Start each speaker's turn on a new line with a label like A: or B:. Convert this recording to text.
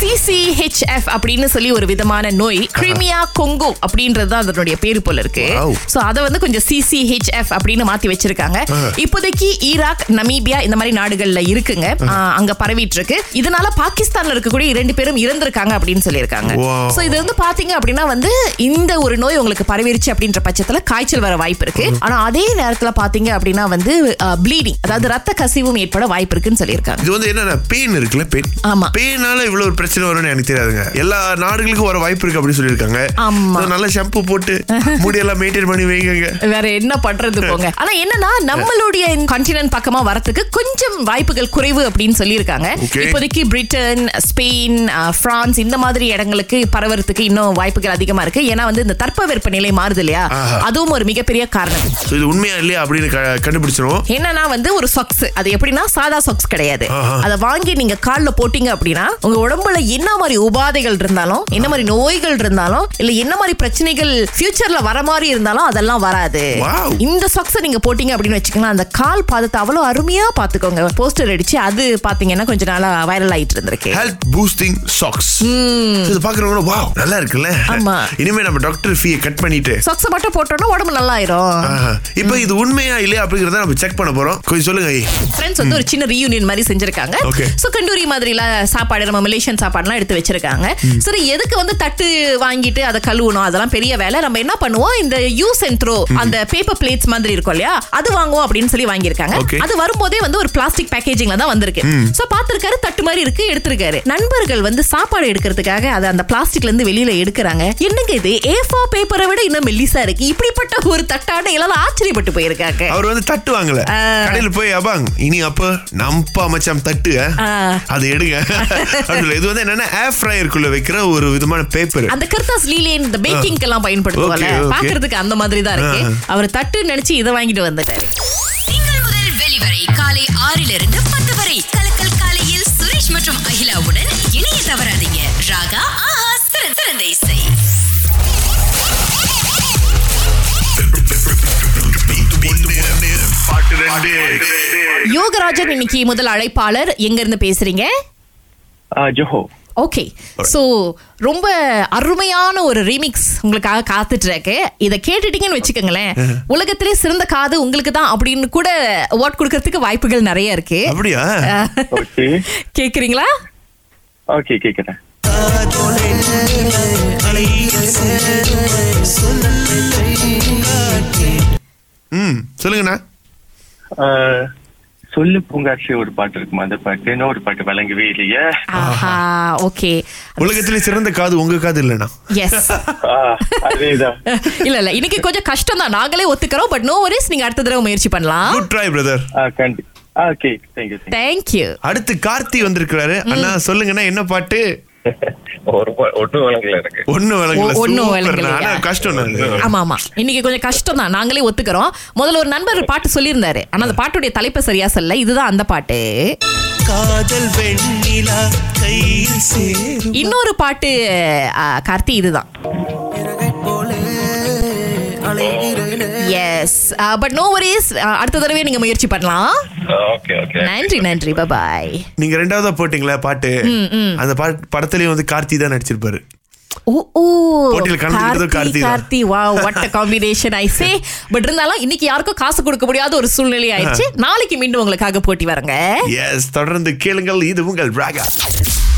A: CHF அப்படின்னு சொல்லி ஒரு விதமான நோய் கிரிமியா கொங்கோ அப்படின்றது தான் அதனுடைய பேரு போல இருக்கு
B: Wow.
A: சோ அதை வந்து கொஞ்சம் சிசிஹெச்எஃப் அப்படின்னு மாத்தி வச்சிருக்காங்க இப்போதைக்கு ஈராக் நமீபியா இந்த மாதிரி நாடுகள்ல இருக்குங்க ஆ, அங்க பரவிட்டு இருக்கு இதனால பாகிஸ்தான்ல இருக்கக்கூடிய இரண்டு பேரும் இறந்திருக்காங்க அப்படின்னு சொல்லியிருக்காங்க
B: Wow.
A: சோ இது வந்து பாத்தீங்க அப்படின்னா வந்து இந்த ஒரு நோய் உங்களுக்கு பரவிருச்சு அப்படின்ற பட்சத்துல காய்ச்சல் வர வாய்ப்பு இருக்கு ஆனா அதே நேரத்துல பாத்தீங்க அப்படின்னா வந்து ப்ளீடிங் அதாவது ரத்த கசிவும் ஏற்பட வாய்ப்பு இருக்குன்னு சொல்லியிருக்காங்க
B: இது வந்து என்னன்னா பெயின் இருக்குல்ல பெயின்
A: ஆமா.
B: பெயினால இவ்வளவு ஒரு பிரச்சனை வரும்னு எனக்கு தெரியாதுங்க எல்லா நாடுகளுக்கும் வர வாய்ப்பு இருக்கு அப்படின்னு சொல்லியிருக்காங்க
A: ஆமா.
B: இது நல்ல ஷாம்பு போட்டு முடியெல்லாம் மெயின்டைன் பண்ணி வைங்க
A: வேற என்ன பண்றது போங்க ஆனா என்னன்னா நம்மளுடைய கான்டினென்ட் பக்கமா வரதுக்கு கொஞ்சம் வாய்ப்புகள் குறைவு அப்படின்னு சொல்லியிருக்காங்க
B: Okay.
A: இப்போதைக்கு பிரிட்டன் ஸ்பெயின் அஹ், பிரான்ஸ் இந்த மாதிரி இடங்களுக்கு பரவறதுக்கு இன்னும் வாய்ப்புகள் அதிகமா இருக்கு ஏன்னா வந்து இந்த தட்பவெப்ப நிலை மாறுது இல்லையா அதுவும் ஒரு மிகப்பெரிய காரணம்
B: So இது உண்மையா இல்லையா அப்படின்னு க- கண்டுபிடிச்சிருவோம்
A: என்னன்னா வந்து ஒரு சொக்ஸ் அது எப்படின்னா சாதா சொக்ஸ் கிடையாது
B: ஆஹா.
A: அதை வாங்கி நீங்க கால்ல போட்டீங்க அப்படின்னா உங்க உடம்புல என்ன மாதிரி உபாதைகள் இருந்தாலும் என்ன மாதிரி நோய்கள் இருந்தாலும் இல்ல என்ன மாதிரி பிரச்சனைகள் ஃபியூச்சர்ல வர மாதிரி இருந்தாலும் அதெல்லாம் வராது
B: Wow.
A: இந்த சொக்ஸ் நீங்க போட்டீங்க அப்படின்னு வச்சுக்கலாம் அந்த கால் பாதத்தை அவ்வளவு அருமையா பாத்துக்கோங்க போஸ்டர் அடிச்சு அது பாத்தீங்கன்னா கொஞ்ச நாளா வைரல் ஆயிட்டு இருந்திருக்கு
B: ஹெல்த் பூஸ்டிங் சாக்ஸ் இது பாக்குறவங்க வாவ் நல்லா இருக்குல்ல
A: ஆமா.
B: இனிமே நம்ம டாக்டர் ஃபீயை கட் பண்ணிட்டு
A: சொக்ஸை மட்டும் போட்டோம்னா உடம்பு நல்லா ஆயிரும்
B: ஆஹா. இப்போ இது உண்மையா இல்லையா அப்படிங்கறத நம்ம செக் பண்ண போறோம் கொஞ்சம் சொல்லுங்க ஐ.
A: ஃப்ரெண்ட்ஸ் வந்து ஒரு சின்ன ரீயூனியன் மாதிரி செஞ்சிருக்காங்க
B: Okay.
A: சோ கண்டூரி மாதிரிலாம் சாப்பாடு நம்ம மலேசியன் சாப்பாடுலாம் எடுத்து வச்சிருக்காங்க சரி எதுக்கு வந்து தட்டு வாங்கிட்டு அதை கழுவணும் அதெல்லாம் பெரிய வேலை நம்ம என்ன பண்ணுவோம் இந்த யூஸ் அண்ட் த்ரோ அந்த பேப்பர் பிளேட்ஸ் மாதிரி இருக்கும் இல்லையா அது வாங்குவோம் அப்படின்னு சொல்லி வாங்கியிருக்காங்க
B: Okay.
A: அது வரும்போதே வந்து ஒரு பிளாஸ்டிக் பேக்கேஜிங்ல தான் வந்திருக்கு சோ பாத்திருக்காரு தட்டு மாதிரி இருக்கு எடுத்திருக்காரு நண்பர்கள் வந்து சாப்பாடு எடுக்கிறதுக்காக அதை அந்த பிளாஸ்டிக்ல இருந்து வெளியில எடுக்கிறாங்க என்னங்க இது ஏஃபா பேப்பரை விட இன்னும் மெல்லிசா இருக்கு இப்படிப்பட்ட ஒரு தட்டான எல்லாரும் ஆச்சரியப்பட்டு போயிருக்காங்க
B: அவர் வந்து தட்டு வாங்கல கடையில போய் அபாங் இனி அப்ப நம்பா மச்சான் தட்டு அஹ்.
A: ஆ.
B: அது எடுங்க அப்படின்னு சொல்லி. இது வந்து என்னன்னா ஏர் ஃப்ரையருக்குள்ள வைக்கிற ஒரு விதமான பேப்பர்
A: அந்த கர்த்தாஸ் லீலேன் இந்த பேக்கிங்க்கு எல்லாம் பயன்படுத்துவாங்க
B: Okay, okay.
A: பாக்குறதுக்கு அந்த மாதிரி தான் இருக்கு அவர் தட்டு நினைச்சு இதை வாங்கிட்டு வந்துட்டாரு
C: திங்கள் முதல் வெளிவரை காலை ஆறிலிருந்து பத்து வரை கலக்கல் காலையில் சுரேஷ் மற்றும் அகிலாவுடன் இணைய தவறாதீங்க ராகா ஆஹா சிறந்த சிறந்த இசை
A: யோகராஜன் இன்னைக்கு முதல் அழைப்பாளர் எங்க இருந்து பேசுறீங்க
D: ஆ, ஜோஹோ
A: ஓகே சோ ரொம்ப அருமையான ஒரு ரீமிக்ஸ் உங்களுக்காக காத்துட்டு இருக்கு இதை கேட்டுட்டீங்கன்னு வச்சுக்கோங்களேன் உலகத்திலே சிறந்த காது உங்களுக்கு தான் அப்படின்னு கூட அவார்ட் கொடுக்கறதுக்கு வாய்ப்புகள் நிறைய இருக்கு
B: அப்படியா
D: ஓகே
A: கேக்குறீங்களா
D: ஓகே கேட்குறேன்
B: ம் சொல்லுங்கண்ணா
D: Uh, சொல்லு பூங்காட்சி ஒரு பாட்டு இருக்குமா அந்த பாட்டு என்ன ஒரு பாட்டு விளங்கவே இல்லையே
A: ஆஹா ஓகே
B: உலகத்திலே சிறந்த காது உங்க காது இல்லைண்ணா
A: எஸ்
D: ஆ, Ah, அதேதான்
A: இல்ல இல்ல இன்னைக்கு கொஞ்சம் கஷ்டம் தான் நாங்களே ஒத்துக்கிறோம் பட் நோ வரிஸ் நீங்க அடுத்த தடவை முயற்சி பண்ணலாம்
B: குட் ட்ரை பிரதர்
D: ஆ, Ah, கண்டி ஓகே தேங்க்யூ தேங்க்யூ
A: தேங்க்யூ
B: அடுத்து கார்த்தி வந்திருக்கிறாரு அண்ணா சொல்லுங்கண்ணா என்ன பாட்டு
E: ஒரு ஒட்டும் வழங்கல எனக்கு
B: ஒண்ணு
A: ஒ- ஒண்ணும்
B: வழங்கல
A: வழங்கலையா?
B: ஆனா கஷ்டம்
A: ஆமா ஆமா இன்னைக்கு கொஞ்சம் கஷ்டம் தான் நாங்களே ஒத்துக்கிறோம் முதல்ல ஒரு நண்பர் பாட்டு சொல்லியிருந்தாரு ஆனா அந்த பாட்டுடைய தலைப்பு சரியா சொல்ல இதுதான் அந்த பாட்டு
F: காதல் வெண்ணிலா கையில் சேரும்
A: இன்னொரு பாட்டு ஆ, கார்த்தி இதுதான்
F: இறகை போல அலைகிறேனே
A: எஸ் பட் நோ வரிஸ் அடுத்த தடவை நீங்க முயற்சி பண்ணலாம்
E: ஓகே ஓகே
A: நன்றி நன்றி பாய்
B: நீங்க ரெண்டாவதா போட்டீங்களா பாட்டு அந்த பாட்டு படத்துலயும் வந்து கார்த்தி தான் நடிச்சிருப்பாரு
A: ஓ ஓ
B: போட்டியில் கலந்துக்கிட்டதும்
A: Oh, கார்த்தி
B: கார்த்தி தான்.
A: கார்த்தி வா what a combination I say but இருந்தாலும் இன்னைக்கு யாருக்கும் காசு கொடுக்க முடியாத ஒரு சூழ்நிலை ஆயிடுச்சு நாளைக்கு மீண்டும் உங்களுக்காக போட்டி வரங்க
B: எஸ் தொடர்ந்து கேளுங்கள் இது உங்கள் ராகா